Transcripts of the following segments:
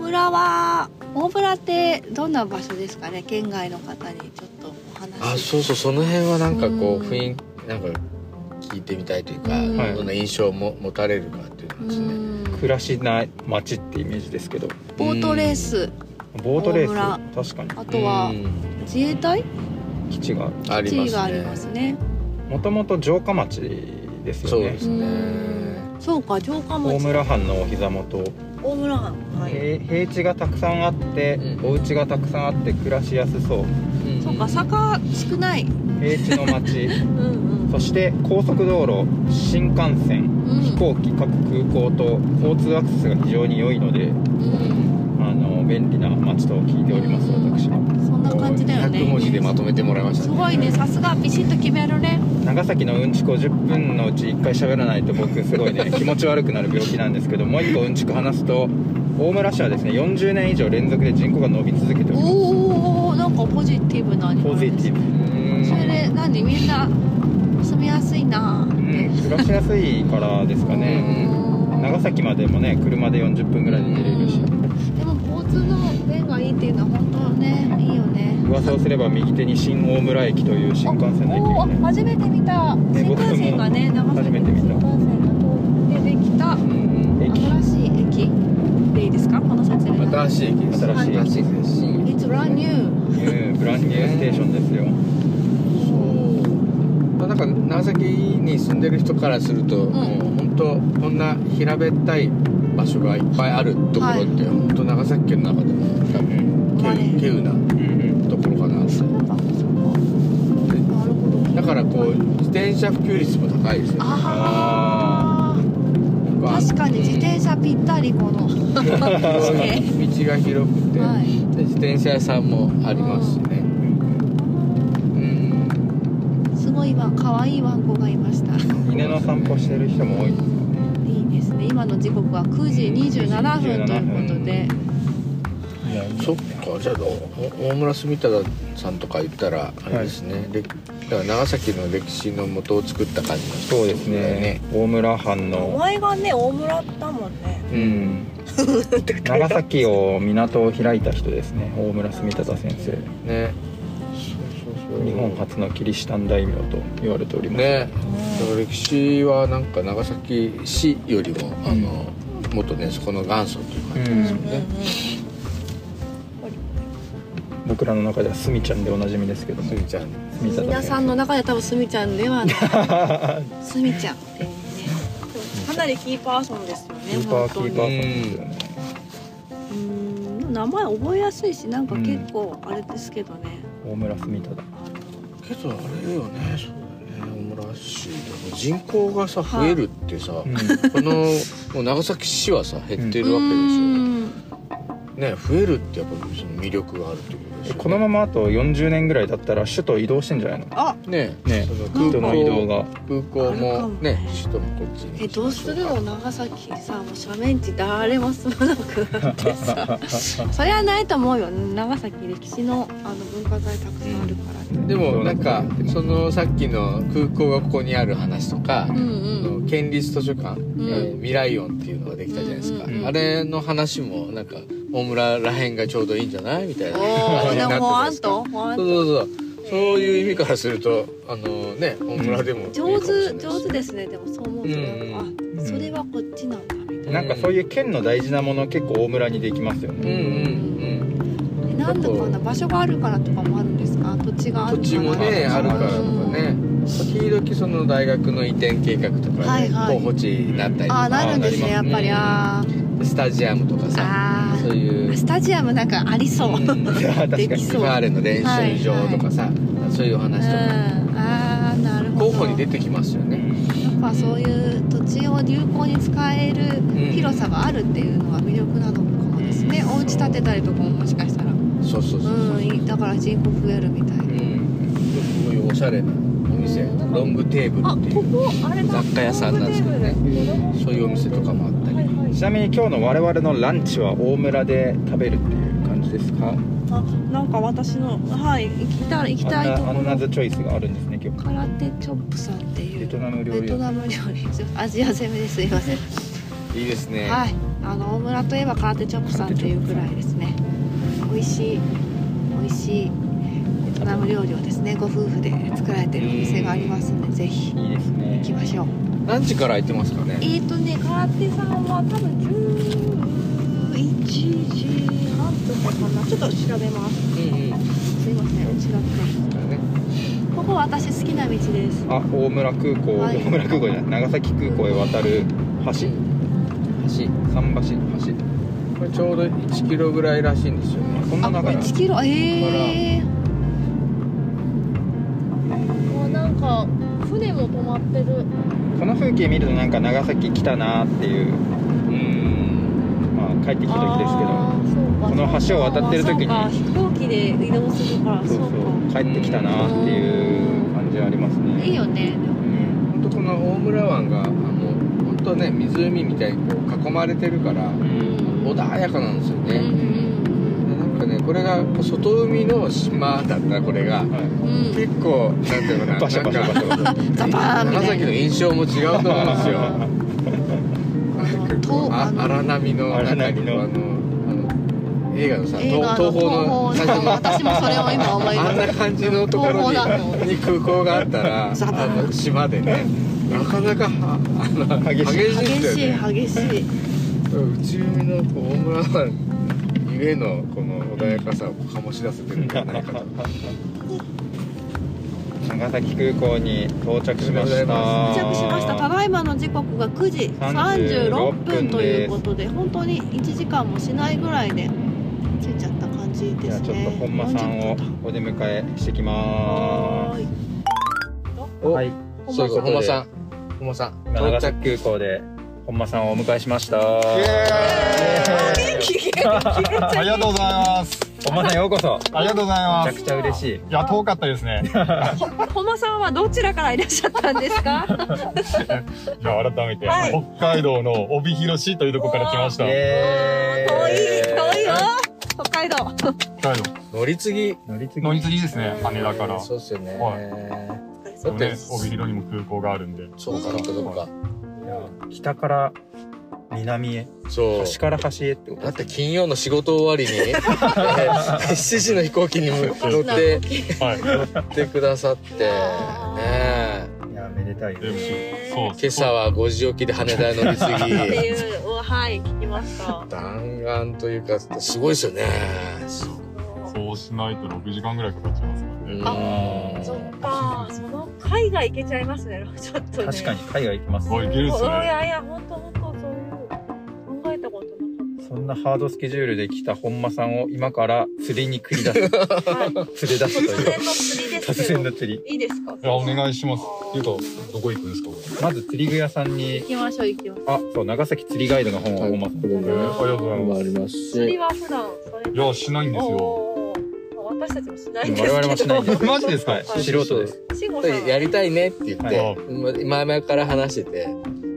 ブラは大ブラってどんな場所ですかね県外の方にちょっとお話あそうそうその辺はなんかこううん雰囲気なんか聞いてみたいというか、うんどんな印象をも持たれるかっていうのですね、ん暮らしない街ってイメージですけどボートレースボートレ大ース確かあとはうん自衛隊に基地があり地ま位すがありねますねもともと城下町ですそうよでねすねうんそうか城下町大村藩のお膝元、大村藩はいへ平地がたくさんあって、うんお家がたくさんあって暮らしやすそうそうか坂少ない平地の 町うんうんそして高速道路新幹線うん飛行機各空港と交通アクセスが非常に良いのでうんあの便利な町と聞いております私そんな感じだよね100文字でまとめてもらいましたすごいねさすがビシッと決めるね長崎のうんちこ10分のうち1回喋らないと僕すごい ね気持ち悪くなる病気なんですけどもう1個うんちく話すと大村市はですね40年以上連続で人口が伸び続けておおりーますおーおーなんかポジティブなアニメポジティブそれで何みんな住みやすいなうーんって暮らしやすいからですかね長崎までもね車で40分ぐらいで出れるしでも交通の便がいいっていうのは本当ねいいよね噂をすれば右手に新大村駅という新幹線の駅おがおね初めて見たね新幹線がね長崎初めての見新た幹線が通ってできた駅新しい駅でいいですかこの説明新しい駅です新しい駅新しいです It's brand new ニューブランニューステーションですよそうまあなんか長崎に住んでる人からすると、んもう本当こんな平べったい場所がいっぱいあるところって、本当長崎県の中でも多分まあね稀有稀有なところかななんってかそこなるほどだからこう自転車普及率も高いですよねああやっぱ確かに自転車ぴったりこの道地形が広くて、はいで自転車屋さんもありますしねうんすごい今可愛いワンコがいました犬の散歩してる人も多いですいいですね今の時刻は9時27分ということでそっかじゃあお大村住田さんとか言ったらあれですね、れだから長崎の歴史の元を作った感じの人そうですね大村藩おの前がね大村だもんねうん長崎を港を開いた人ですね大村住忠先生ねそうそうそう日本初のキリシタン大名と言われておりますねだから歴史はなんか長崎市よりもあの、もっとねそこの元祖というう感じですよんね、僕らの中ではスミちゃんでおなじみですけどもすみちゃん住忠皆先さん生の中では多分すみちゃんではないすみちゃんかなりキーパーソンですよねキーパーキ本当にーパーさんですよねうーん名前覚えやすいしなんか結構あれですけどね、大村住忠けどあれよねそうだよね大村市でも人口がさ増えるってさ、うんこのもう長崎市はさ減ってうるわけでしょ、ーんね増えるってやっぱその魅力があるってことですよねこのままあと40年ぐらいだったら首都移動してんじゃないのあねねその空人港の移動が空港あるかももね首都もこっちにえどうするの長崎さもう斜面地誰も住まなくなってさそれはないと思うよ長崎歴史のあの文化財たくさんあるからね、でもなんかそのさっきの空港がここにある話とか、うんあの県立図書ん館、えー未来音っていうのができたじゃないですか、うんうんうんあれの話もなんか大村らへんがちょうどいいんじゃないみたいなおー話になってたじゃないほわでんすかとほわんそうとそうそうそういう意味からするとあのね大村でもいいかも上しれない手上手ですねでもそう思うとなんか、んあそれはこっちなんだみたいな、なんかそういう県の大事なもの結構大村にできますようんね、うんえなんだかな場所があるからとかもあるんですか土地があうんる土から地もねあるからとかうんね時々その大学の移転計画とかはねいはい候補地になったりとああかなるんですねやっぱりあースタジアムとかさあそういーうスタジアムなんかありそう、ううんん、うんいや確かでにきフそうァーレの練習場とかさそういうお話とかああなるほど候補に出てきますよね。やっぱそういう土地を有効に使える広さがあるっていうのが魅力なのかもですね、うおん家建てたりとかももしかしたらうそうそうそうそう。んいいだから人口増えるみたいな、うん。すごいおしゃれなお店、ロングテーブルあっていこうこあれだ雑貨屋さんなんですけどね。そういうお店とかもあったり。ちなみに今日の我々のランチは大村で食べるっていう感じですかあなんか私のはい行きたい行きたいとこアンナアンナろズチョイスがあるんですね今日空手チョップさんっていベうトナム料ベ理ト屋ナム料理アジア攻めですいませんいいですね、はいあの大村といえば空手チョップさんというくらいですね美味しい美味しいベトナム料理をですねご夫婦で作られてるお店がありますのでぜひいいですね行きましょう何時から行ってますかねえっ、ー、とね空手さんは多分11時半とかかなちょっと調べますうんうんすいません違ってここ私好きな道ですあ大村空港、はい大村空港じゃない長崎空港へ渡る橋橋桟橋橋これちょうど1キロぐらいらしいんですよねこんなあこ長れい1キロええー、もうなんか船も止まってるこの風景見るとなんか長崎来たなっていうんうまあ帰ってきた時ですけどあーそうかこの橋を渡ってる時にあそうか飛行機で移動するからそそううかそう帰ってきたなっていう感じはありますねいいよねでもうん本当この大村湾があの本当ね湖みたいにこう囲まれてるから穏やかなんですようね、んなんかねこれがこう外海の島だったこれがはいうんうん結構なんていうのかなバシャバシャバシャなザバんかーンみたいな長崎の印象も違うと思うんですよなんかこうとああの荒波の中に荒波のあのあの映画のさ映画の東東宝の東宝の私もそれを今思いまあんなし感じのところ東に宝だとに空港があったらあザバーンの島でねなかなかはあの激激ししいいた激ですしよねい激しい内海のこう大村湾ゆえのこの穏やかさを醸し出せてるんじゃないか と長崎空港に到着しました到着しましたただいまの時刻が9時36 36分分ということで本当に1時間もしないぐらいで着いちゃった感じじでゃあすちょっねと本間さん40を分お出迎えしてきだまはーーいすはいそそうういうそうこ本と間でさん本間さん長到着崎空港で本間さんをお迎えしましたエありがとうございます。本間さんようこそありがとうございまめちゃす。くちゃ嬉しいいや、遠かったです ね。本間さんはどちらからいらっしゃったんですか じゃあ、改めて、はい北海道の帯広市というところから来ました。イエ遠いー遠いよ北海道北海道。乗り継ぎ乗り継ぎ乗り継ぎですね、羽田から。そうっすよねはだってね、帯広にも空港があるんで。そうかそうかそうかいや北から南へそう端から端へってこだとって金曜の仕事終わり にえー7時の飛行機に乗ってはい。で乗ってくださってねえいやめでたいよもねそう。今朝は5時起きで羽田へ乗りって継ぎいうはい聞きました 弾丸というかすごいですよねそうしないと6時間ぐらいかかっちゃいますもんね。あそっかその海外行けちゃいますねちょっとね確かに海外行きますおい、いけるっすそういね。やいや本当本当そういう考えたことそんなハードスケジュールで来た本間さんを今から釣りに繰り出す 連れなかった、はい、出すと突いう然の釣りです突け然どの釣りいいですかいや、お願いします。っていうか、どこ行くんですかこれまず釣り具屋さんに行きましょう行きましょあそう長崎釣りガイドの本を本間さんこれえーありがとうございます。あります釣りは普段されてるいや、しないんですよ。おー私たちもしないんですけど我々もしないん ですマジですかはい素人です慎吾さんやりたいねって言っはて前々から話してて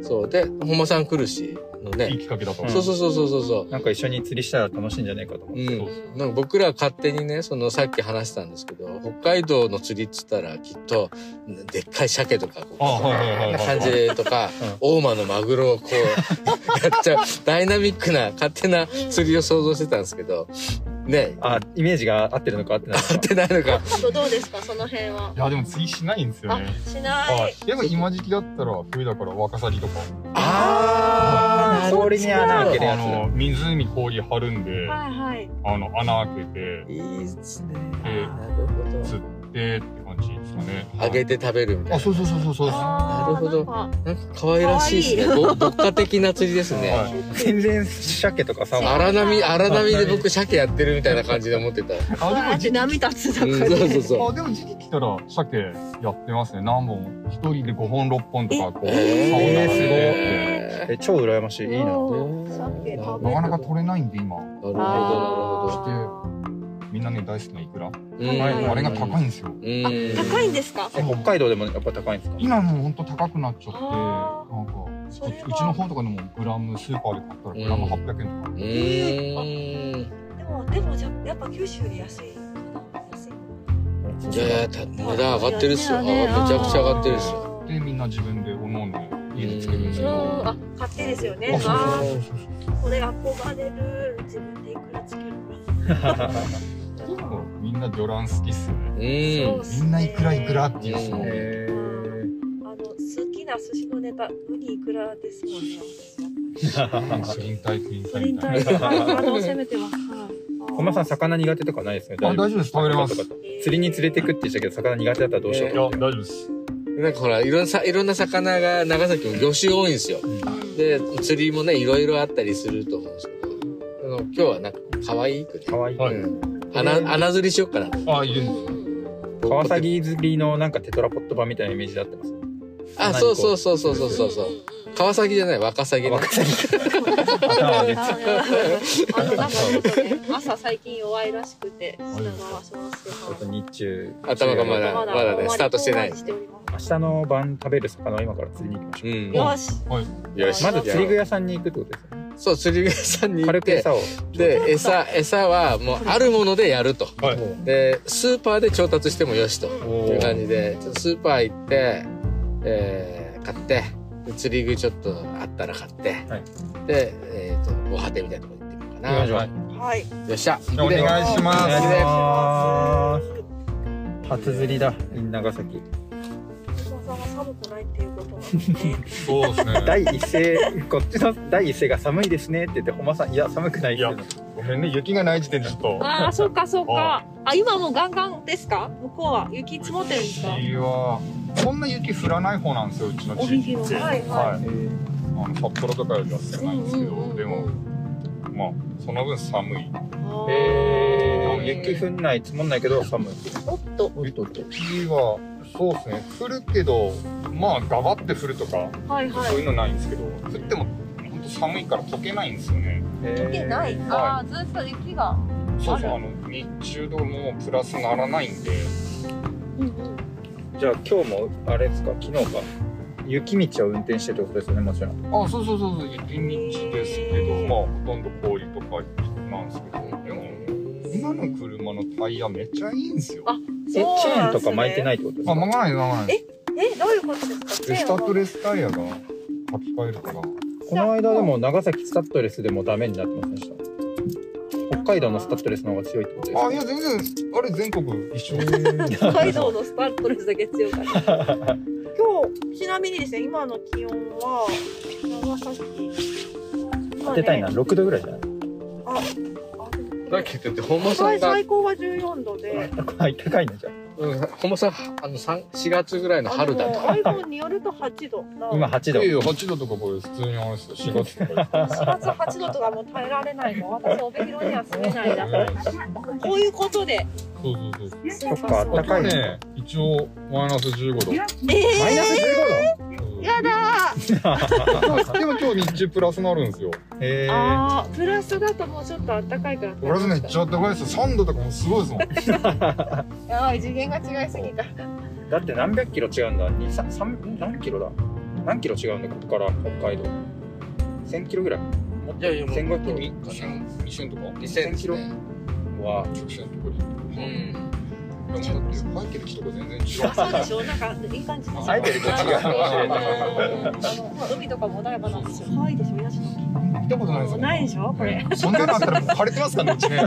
そうで本間さん来るしのいいねきっかけだとうん思そうそうそうそうそうそうなんか一緒に釣りしたら楽しいんじゃないかと思っうて、ん、なんか僕らは勝手にねそのさっき話したんですけど北海道の釣りっつったらきっとでっかい鮭とかこうあはいはいはいはいこんな感じでとか、大間のマグロをこうやっちゃうダイナミックな勝手な釣りを想像してたんですけどねあイメージが合ってるのか合ってないのやかってないのかあとどうですかその辺はいや、でも次しないんですよあね。しない、はい。でも今時期だったら、冬だからワカサギとか。あー氷に穴開けるやあのつ湖氷張るんで、はいはいあの穴開けていいですねえーなるほど釣ってって感じですかね。揚げて食べるみたあいそうそうそうそうそうです。あーなるほどなんかななんか可愛らしいですねぼ牧歌的な釣りですね、はい全然鮭とかさ荒波荒波で僕鮭やってるみたいな感じで思ってたあでもうじ波立つだうんからそうそうそあでも時期来たら鮭やってますね。何本も一人で五本六本とかこうう。竿並べてええ超羨ましいいいなおーねさっき食べるなかなか取れないんで今なるほどなるほどあみんなね大好きなイクラ、ど。はいはいあれが高いんですうよ。ん。ー高いんですかえ北海道でもやっぱ高いんですか今もうほんと高くなっちゃってあなんかこそれはうちの方とかでもグラムスーパーで買ったらグラム八百円とか。うーん。でもでもじゃやっぱ九州より安いかな安いじゃあた値段上がってるっすよ。あねめちゃくちゃ上がってるっすよ。でみんな自分でおのおのい家で作るんですけうん、ど、あ、勝手ですよね。あそうわそうそうあ、これ憧れる。自分でいくらつけるか。そう結構みんな魚卵好きっすよねうんみんないくらいくらっていう人うんもえーあの、好きな寿司のネタ、ウニいくらですもんね。臨体臨プ体リンみタたいーなとか、あの、攻めてます。小間さん魚苦手とかないですねあ大丈夫です食べれますよかったよかった釣りに連れてくって言ってたけど魚苦手だったらどうしよういとや思っ大て丈夫ですなんかほらいろんなさいろんな魚が長崎も魚種多いんですよで釣りもねいろいろあったりすると思うんですけどあの今日はなんか可愛くね可愛いはいうん穴穴釣りしよっかなあいいです川崎釣りのなんかテトラポット版みたいなイメージだってますあそうそうそうそうそうそうそう川崎じゃないワカサギ若さに頭でああの、なんかちょっとね、朝最近弱いらしくて、下がわしますけちょっと日中頭がまだど。まだねスタートしてなおい待ちおりま明日の晩食べる魚は今から釣りに行きましうょんすよし。よしうまず釣り具屋さんに行くってことですよねそう釣り具屋さんに行っ軽くて餌をで餌餌はもうあるものでやるとはいでスーパーで調達してもよしとおいおう感じでちょっとスーパー行って、えー買ってで釣り具ちょっとあったら買って、はいで、えー、と防波堤みたいなとこ行ってみようか行なきましょうよはい。っしゃお願いしますお願いしますお初釣りだ長崎母さんは寒くないっていうことなんですね。そうですね第一声こっちの第一声が寒いですねって言って本間さんいや寒くないって言うのごめんね雪がない時点でちょっとああ、そっかそっか。あ、今もうガンガンですか向こうは雪積もってるんですか雪はこんな雪降らない方なんですようちの地域ってはいははいあの札幌とかよりは少い。ないんですけど、でもも、まあその分寒いへ雪降んない積もんないけど寒いおっと、雪はそうですね降るけどまあガバって降るとかはいはそういうい。のないんですけど降っても本当寒いから溶けないんですよね溶雪ない。ああ、ずっと雪が。そうそうああの日中でもうプラスならないんでうんうん。じゃあ今日もあれですか昨日か雪道を運転してってことですよねもちろんあそうそうそうそう雪道ですけどまあほとんど氷とかなんですけどでも今の車のタイヤめっちゃいいんですよあえチェーンとか巻いてい。ないってことですあか曲がない曲がないえ、どういうことですかでスタッドレスタイヤが履き替えるからこの間でも長崎スタッドレスでもダメになってませんでした北海道のスタッドレスの方が強いってことですあいや全然あれ全国一 緒北海道のスタッドレスだけ強かった。今日、ちなみにですね、今の気温は、長崎。今かね出たいな。6度ぐらいじゃないあ、だけどって本間さん最が、最高は14度で。はい高いねじゃあうん、本間さんあの三4月ぐらいの春だとあでも iPhone によると8度。今8度いやいや8度とかこれ普通にあれですよ4月とか4月8度とかもう耐えられないの。私、帯広には住め ないな。こういうことで。そうそうそうそうそっか今高い日ね一応マイナス15度えマイナスうんやだー。 でも今日日中プラスなるんです15よ度へえあープラスだともうちょっと暖かいから。俺めっちゃ高いですよ3度とかもすごいですもんやばい次元が違いすぎた。だって何百キロ違うんだ2 3 3何キロだ何キロ違うんだここから北海道1000キロぐらいもっいやいやもう1500キロ2000二千二千とか2000ですねは直線とかうでんでもだって入ってる人が全然違うあそうでしょなんかいい感じですよ。あえてるこっちうんがあのまあ海とかも穏やかなんですよ。可愛いでしょ皆さん。見たことないですもんないでしょこれ。そんなのあったらもう枯れてますからねう ちね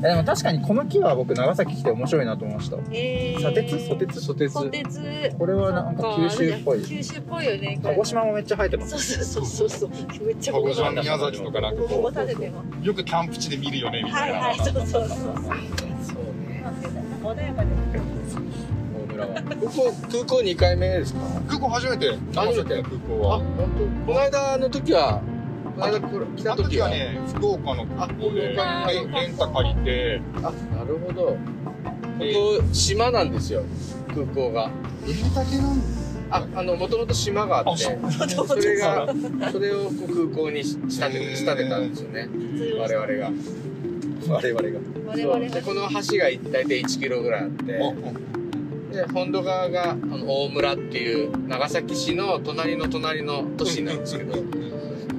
え でも確かにこの木は僕長崎来て面白いなと思いましたえー砂鉄ソテツソテツソテツ。これはなんか九州っぽい九州っぽいよね。こ鹿れ児島もめっちゃ生えてますそうそうそうそう。めっちゃ鹿児島宮崎とかなんかこここ食べてます。うよくキャンプ地で見るよねみたはいいな、はい、そうそうそう。そうね穏やかで。大村は空港空港2回目ですか空港初めて初めて空港あは本当この間の時はこの間来たあの時時ははね福岡の空港であレンレンタ借りてあなるほどえここ島なんですよ空港が入れたてなんああのもともと島があってあそれがそれをこう空港に仕立て仕立てたんですよね我々が我々が我々そうがでこの橋が大体1キロぐらいあってで本土側があの大村っていう長崎市の隣の隣の都市なんですけ どこ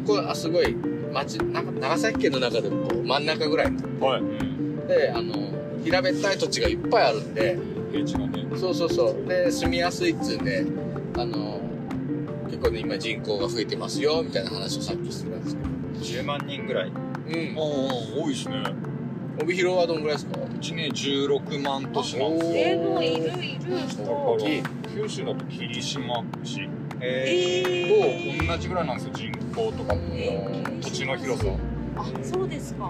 こはすごい町な長崎県の中でもこう真ん中ぐらいはいであの平べったい土地がいっぱいあるんで平地がねそうそうそうで住みやすいっつうんであの結構ね、今人口が増えてますよ、みたいな話をさっきしてたんですけど。 10万人ぐらいうん。多いですね。帯広はどんぐらいですかうちね、16万都市なんですよ。えー、もういるいる。だか大らきい。九州だと霧島市ええと同じぐらいなんですよ人口とかもー、土地の広さあ、そうです か。ー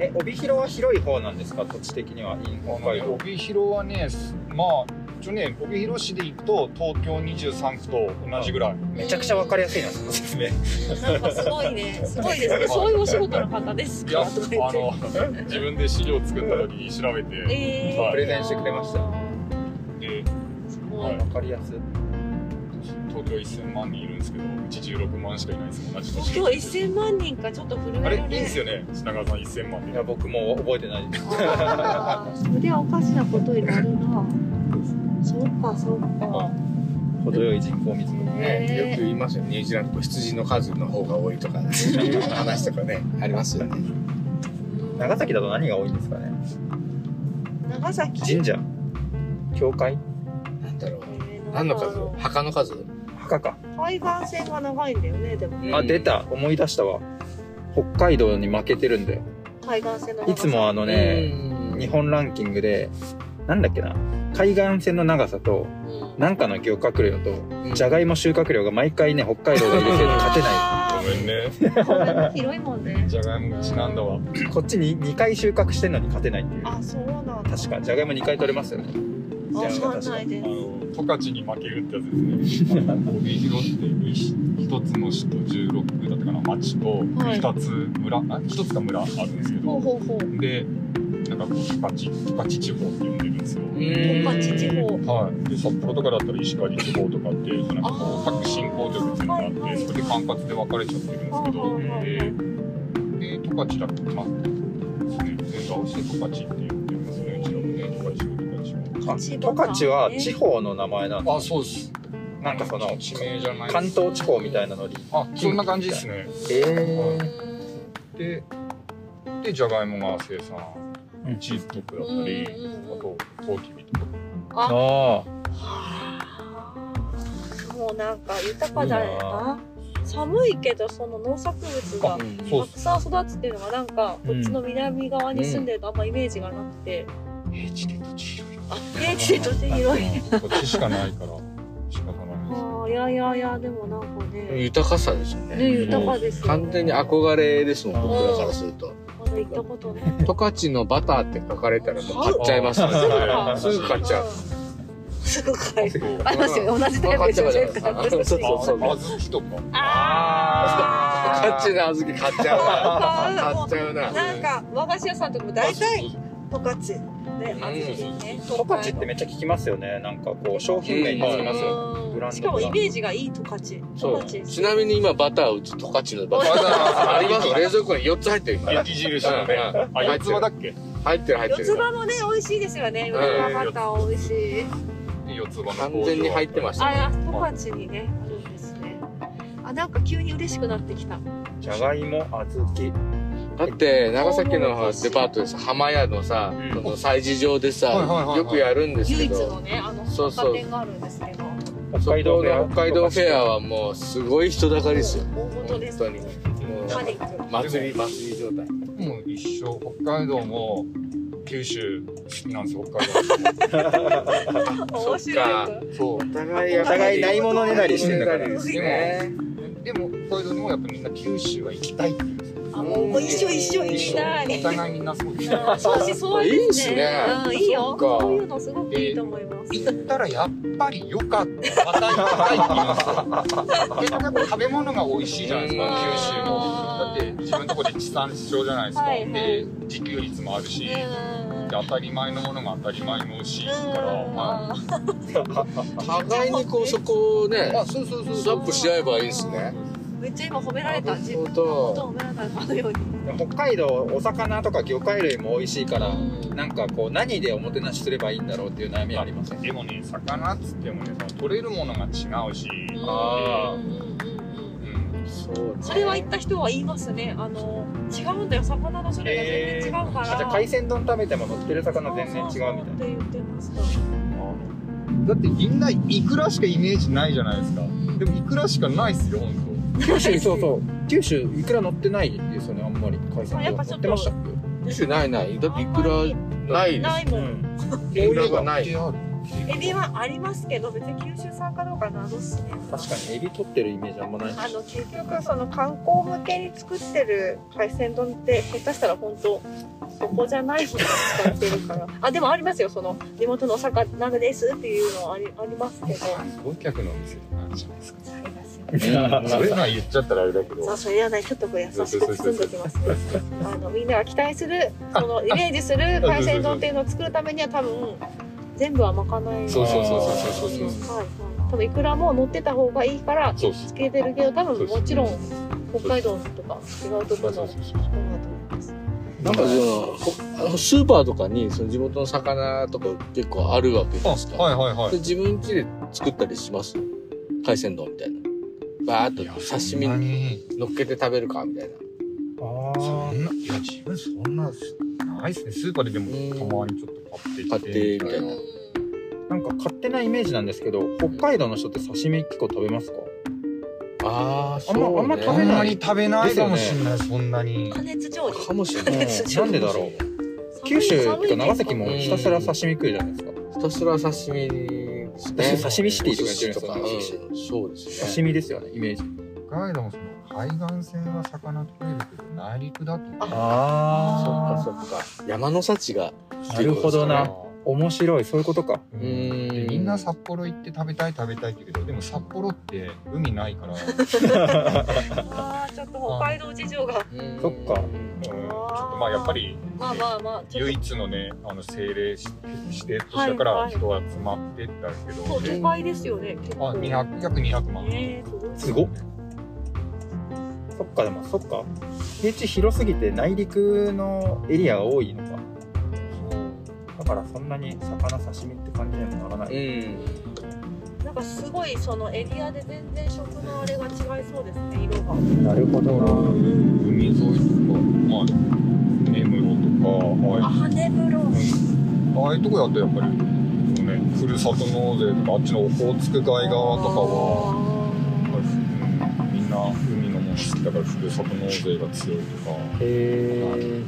え帯広は広い方なんですか土地的にはインあの北海ね道帯広はねすまあ一応ね帯広市で行くと東京23区と同じぐらいめちゃくちゃ分かりやすいなその説 明なんかすごいね、すごいですね。そういうお仕事の方ですいやか。あとか言っての自分で資料作った時に調べてえはー、いプレゼンしてくれましたでですごい。分かりやすい東京1000万人いるんですけどうち16万しかいないです同じ東年京1000万人かちょっと震えあるれいいんですよね品川さん1000万い人や僕もう覚えてないですあーそりゃおかしなことになるな。そうか、そうか。程よい人口密度ね、ねよく言いますよねニュージーランド羊の数の方が多いとか、ね、 話とかねありますよね長崎だと何が多いんですかね長崎。神社教会なんだろうえー何の数なんか墓の数墓かあの海岸線が長いんだよね、でも。あ出た思い出したわ北海道に負けてるんだよ海岸線の長いさつもあのね日本ランキングでなんだっけな海岸線の長さとうんなんかの漁獲量とじゃががいも収穫量が毎回ね北海道が入 れてると勝てなごめんねあー広いもん ね。じゃがいもうちなんだわいこっちに2回収穫してんのに勝てないっていうあ、そうなんだ。確かじゃがいも2回取れますよねわ確かかんないあでの十勝に負けるってやつですね帯広っていう市一つの市と16区だったかな町とはい二つ村、あ一つか村あるんですけす。ほうどほうほう。でなんかこう十勝十勝地方って呼んでるんですよ十勝地方。はい、で札幌とかだったら石狩地方とかっていうなんかこうあー各振興局っていうのがあって、はいはいそれで管轄で分かれちゃってるんですけど、はいはいはいでで十勝だっけまあそうですね全部合わせて十勝って言ってますねうちだとね十勝十勝十あ十勝は地方の名前なんだ勝あそうですなんかその地名じゃない関東地方みたいなのにあそんな感じですねえででじゃがいもが生産うんチーズトップだったうりんうんうんあとトウキビとかああもうなんか豊かだよな。寒いけどその農作物がそうたくさん育つっていうのがなんかこっちの南側に住んでるとあんまイメージがなくて、平地で土地広いあ平地で土地広い。こっちしかないから仕方ないですああいやいやいやでもなんかね豊かさですよねね豊かですよ、ね。完全に憧れですもん僕らからするとまだ行ったことない。十勝のバターって書かれたらもう買っちゃいますねすぐ買うすぐ買っちゃううん。すぐ買える。そうありますよ同じタイプですよ買っねちゃうから。そうそうあ小豆とかあー十勝の小豆買っちゃうな買っちゃうななんか和菓子屋さんとかも大体トカチね小豆ね。十勝ってめっちゃ聞きますよねなんかこう商品名にうんつきますよねうんブランドがしかもイメージがいいトカチ。そトうカチちなみに今バターうち十勝のバターバターあります冷蔵庫に4つ入ってる今雪印のねうんあ四つ葉だっけ入ってる入って四るつ葉もね美味しいですよね。四つ葉バター美味しい。四つ葉の完全に入ってましたねあトカチにねあるんですね。あなんか急に嬉しくなってきた。じゃがいも小豆だって長崎のデパートでさ浜屋のさ、うんその催事場でさ、はいはいはいはいよくやるんです唯け一のどねあのそうそ百う貨店があるんですけど。そこの北海道フェアアはもうすごい人だかりですよ大事です。本当にもうパニック。祭り祭り状態もう一生北海道も九州好きなんですよ北海道面白い。 そうお互いお互いないものねだりしてんだからないものねだりですねでも北海道にもやっぱみんな九州は行きたいって言うんですよあもう一緒一緒行きたい。お互いみんなそうですそうしそうですね。いいっすねうん、いいよ。そっかそういうのすごくいいと思います。行ったらやっぱり良かったまた行きたいって言いますよでやっぱ食べ物が美味しいじゃないですうんか九州もだって自分のとこで地産地消じゃないですかはいはいで自給率もあるしうんで当たり前のものが当たり前に美味しいからはうん互いにこうそこをねいあそうそうそうスそアうップし合えばいいですねめっちゃ今褒められた。自分のこととを褒められたかのように。北海道お魚とか魚介類も美味しいからうんなんかこう何でおもてなしすればいいんだろうっていう悩みありませんでもね魚っつってもねその取れるものが違うしあうんうんうんうんうんそうねそれは言った人は言いますね。あの違うんだよ。魚の種類が全然違うかあら。じゃあ海鮮丼食べても乗ってる魚全然違うみたいそうそうそうっなて言ってました。だってみんないくらしかイメージないじゃないですかうんでもいくらしかないっすよ本九州そうそう九州いくら乗ってないですよねあんまり海あ鮮やっぱちょ丼乗っってとましたっけ九州ないないだっていくらないでないすも。うんんいくらがない当エビはありますけど、別に九州産かどうか謎っすね。確かにエビ取ってるイメージあんまないあの結局その観光向けに作ってる海鮮丼って下手したら本当そこじゃない人が使ってる からあでもありますよその地元のお魚ですっていうのはありありますけどあ観光客のお店とかあるじゃないですかりますよそれは言っちゃったらあれだけどそうそれはねちょっとこう優しく包んでき ますねあのみんなが期待するそのイメージする海鮮丼っていうのを作るためには多分全部はまかないそうそうそうそうそうそうそはういはい多分いくらも乗ってた方がいいからそうそうつけてるけど多分もちろん北海道とか違うところのそうだと思います。なんかそのほスーパーとかにその地元の魚とか結構あるわけじゃないですか、あはいはいはで自分家で作ったりします海鮮丼みたいなバーいッと刺身にに乗っけて食べるかみたいなそんないや自分そんなないっすねスーパーででもたまにちょっと買ってきて買ってみたいななんか勝手なイメージなんですけど北海道の人って刺身結構食べますかあああんそう、まね、あんまそ食べんなないに食べないかもしんないそんなに加熱調理。かもしれないなんでだろう九州とか長崎もひたすら刺身食うじゃないですかひたすら刺身ですね刺身シティとか言ってるんですとかか、うん、そうです刺ね身ですよねイメージ北海道もその海岸線は魚食えるけど内陸だとあそっかそっか山の幸がなるほどな面白いそういうことかうんうんでみんな札幌行って食べたい食べたいって言うけどでも札幌って海ない からああちょっと北海道事情が。うんそっかちょっとまあやっぱりまあまあまあちょっ唯と。一のねあの政令し指定都市だからはい人は集まってったけど、そう都会ですよね結構。あ200約200万、ねえすごい。すごっそっかでもそっか平地広すぎて内陸のエリアが多いのかだからそんなに魚刺身って感じにはならなういんなんかすごいそのエリアで全然食のあれが違いそうですね色が。なるほどな海沿いとかまあ根室とかああ根室。あいうああいうとこやとやっぱり、ね、ふるさと納税とかあっちのオホーツク海側とかは。やっぱりうんみんな海のもの好きだからふるさと納税が強いとか、へえ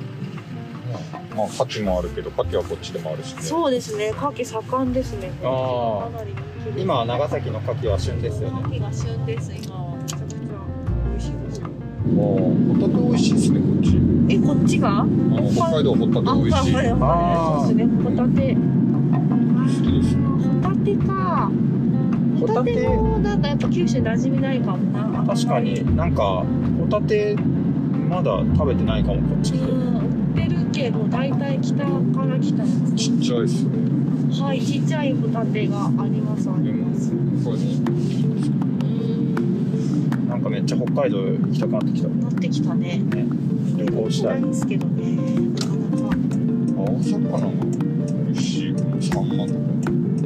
まあ牡蠣もあるけど牡蠣はこっちでもあるしねそうですね牡蠣盛んですね。あかなり人気今は長崎の牡蠣は旬ですよね牡蠣が旬です今はめちゃくちゃ美味しいです。まあホタテ美味しいですねこっちえこっちが？あの北海道ホタテ美味しいあ、あーそうですね。ホタテ。好きですねホタテか。ホホタタテテもなんかやっぱ九州馴染みないかもな。確かになんかホタテまだ食べてないかもこっうち来てん、売ってるけど大体北から来たやちっちゃいっすねつ。はい、ちっちゃいホタテがありますあります。これねうん。なんかめっちゃ北海道行きたくなってきたなってきたね。旅行したいんですけどね。なかなか。青魚が美味しいサンマとか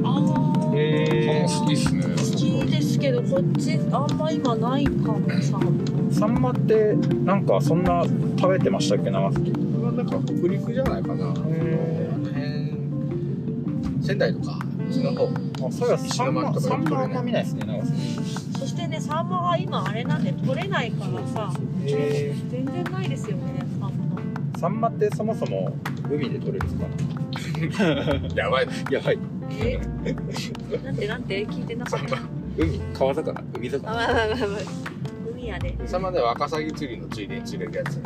ああ。へサンマ好きっすね好きですけどこっちあんま今ないかもさ。サンマってなんかそんな食べてましたっけ長崎これはなんか北陸じゃないかなあの辺仙台とかうちの方あそういえばサンマサンマあんま見ないですね長崎そしてねサンマが今あれなんで取れないからさ。へ全然ないですよねサンマ。ーサンマってそもそも海で取れるんですかやばいやばいえなんてなんて聞いてなかった。海川魚海魚まあまあまあまあ。海やで。さまでワカサギ釣りのついでに釣れるやつ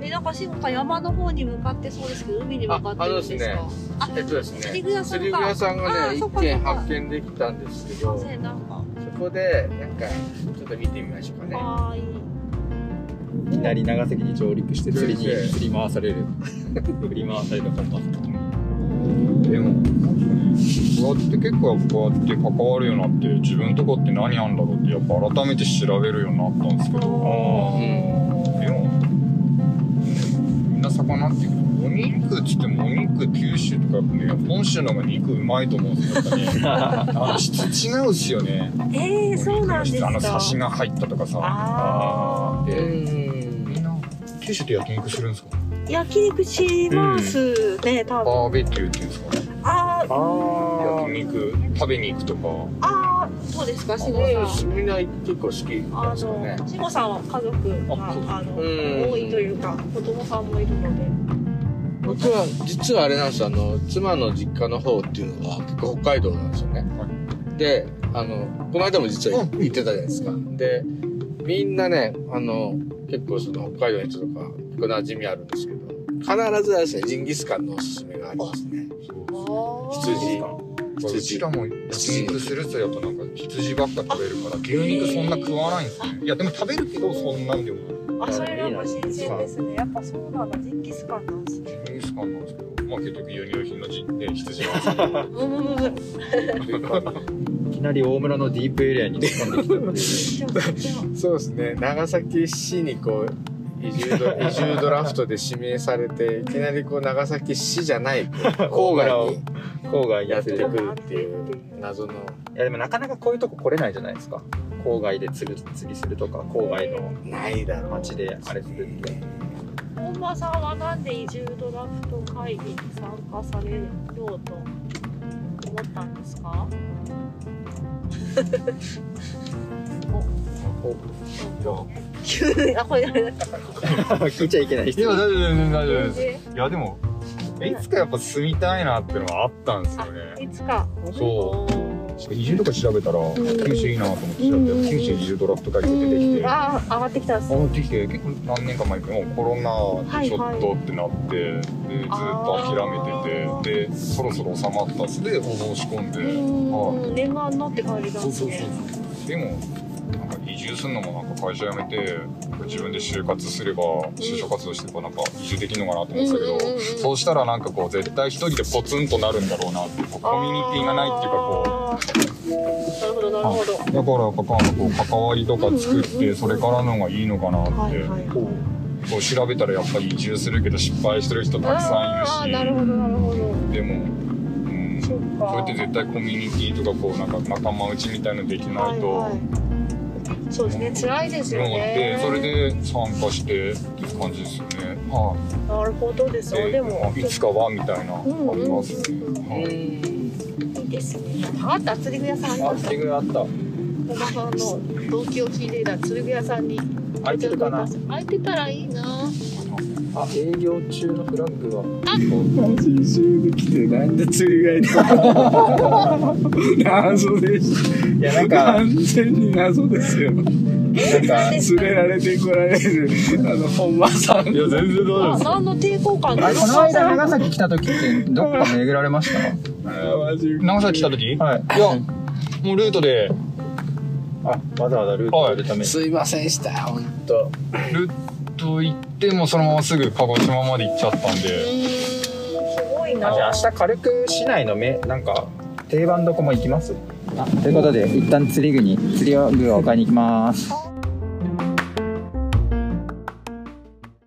えなんかしもか山の方に向かってそうですけど海に向かってるんですああのか。あえっとですね釣り具屋さんか釣り具屋さんあがーねそっ一か軒そっか発見できたんですけすいまどせんなんか。そこでなんかちょっと見てみましょうかねはーい。いきなり長崎に上陸して釣りに振り回され る振り回される本でもこうやって結構こうやって関わるようになって自分とこって何あんだろうってやっぱ改めて調べるようになったんですけどあでもみんな魚っていうけどお肉っつってもお肉九州とかね本州の方が肉うまいと思うんですよやっぱねあの質違うっすよねええー、そうなんですか。あの刺しが入ったとかさあでうんみんな九州って焼肉するんですかー焼肉しますね、多分。バーベキューっていうんですかああ飯に行く食べに行くとかああどうですかしごうんさんみんな結構好きなんあですよねのしごさんは家族があそうあのうん多いというか子供さんもいるので僕は実はあれなんですよあの妻の実家の方っていうのは結構北海道なんですよね、はであのこの間も実は行行ってたじゃないですか、でみんなねあの結構その北海道の人とか結構馴染みあるんですけど必ずあれですねジンギスカンのおすすめがありますね羊うちらも焼肉するとやっぱなんか羊ばっか食べるから牛肉そんな食わないんですねいやでも食べるけどそんなんでもないあそれがもう新鮮ですねやっぱそうなんだジンギスカンなんですねジンギスカンなんですけどまあ結局輸入品のじ、ね、羊なんですけうんうんうんうんいきなり大村のディープエリアに飛んできたっていうでもでも そうですね長崎市にこう移住ド 移住ドラフトで指名されていきなりこう長崎市じゃないこう郊外に郊外ややっっててく ているっていう謎のやでもなかなかこういうとこ来れないじゃないですか郊外で釣り釣りするとか郊外のないだろう街であれするって本間さんはなんで移住ドラフト会議に参加されようと思ったんです か？ど急にあこれあれだった。聞いちゃいけないいや大人丈夫です大丈夫ですでいやでもいつかやっぱ住みたいなっていうのはあったんですよねいつか。そおー移住とか調べたら九州いいなと思って調べたら九州移住ドラフト会議で出てきてああー上がってきたんですね。ってきて結構何年か前かもうコロナでちょっとってなって、でずっと諦めててでそろそろ収まったっすでお申し込んで、はうん念願のって感じい、なんですね。でもなんか移住するのもなんか会社辞めて自分で就活すれば就職活動してればなんか移住できるのかなと思ってたけど、うんうんうんうんそうしたらなんかこう絶対一人でポツンとなるんだろうなってこうコミュニティがないっていうかこうあーなるほどなるほど。だからやっぱこう関わりとか作うんうんうってんそれからの方がいいのかなっはいてはい。こう調べたらやっぱり移住するけど失敗してる人たくあさんーいるなるほどなるほど。しでも、うん、そそうかうやって絶対コミュニティとかこうなんか仲間内みたいのできないと思っい。そうですね辛いですて、よね。それで参加してっていう感じですよね。はい、なるほどです。あででもいつかはみたいなあうんうんりますね。うんはいいいですね。あった釣り具屋さんありあまっしたてぐらいあったおばさんの動機を聞いていた釣り具屋さんに空いてるかな空いてたらいいなあ営業中のフラッグはマジ一周で来てなんで釣りがい た謎ですいやなんか完全に謎です よなんか釣れられてこられるあの本間さんいや全然大丈夫あです。何の抵抗感あないれこの間長崎来た時ってどこか巡られましたマジ長崎来た時？いはいやもうルートであわざわざルートをやるためにすいませんでした本当ルート行ってもそのまますぐ鹿児島まで行っちゃったんうーで。んすごいなあじゃあ明日軽く市内のめなんか定番どこも行きますということで一旦釣り具に釣り具を買いに行きます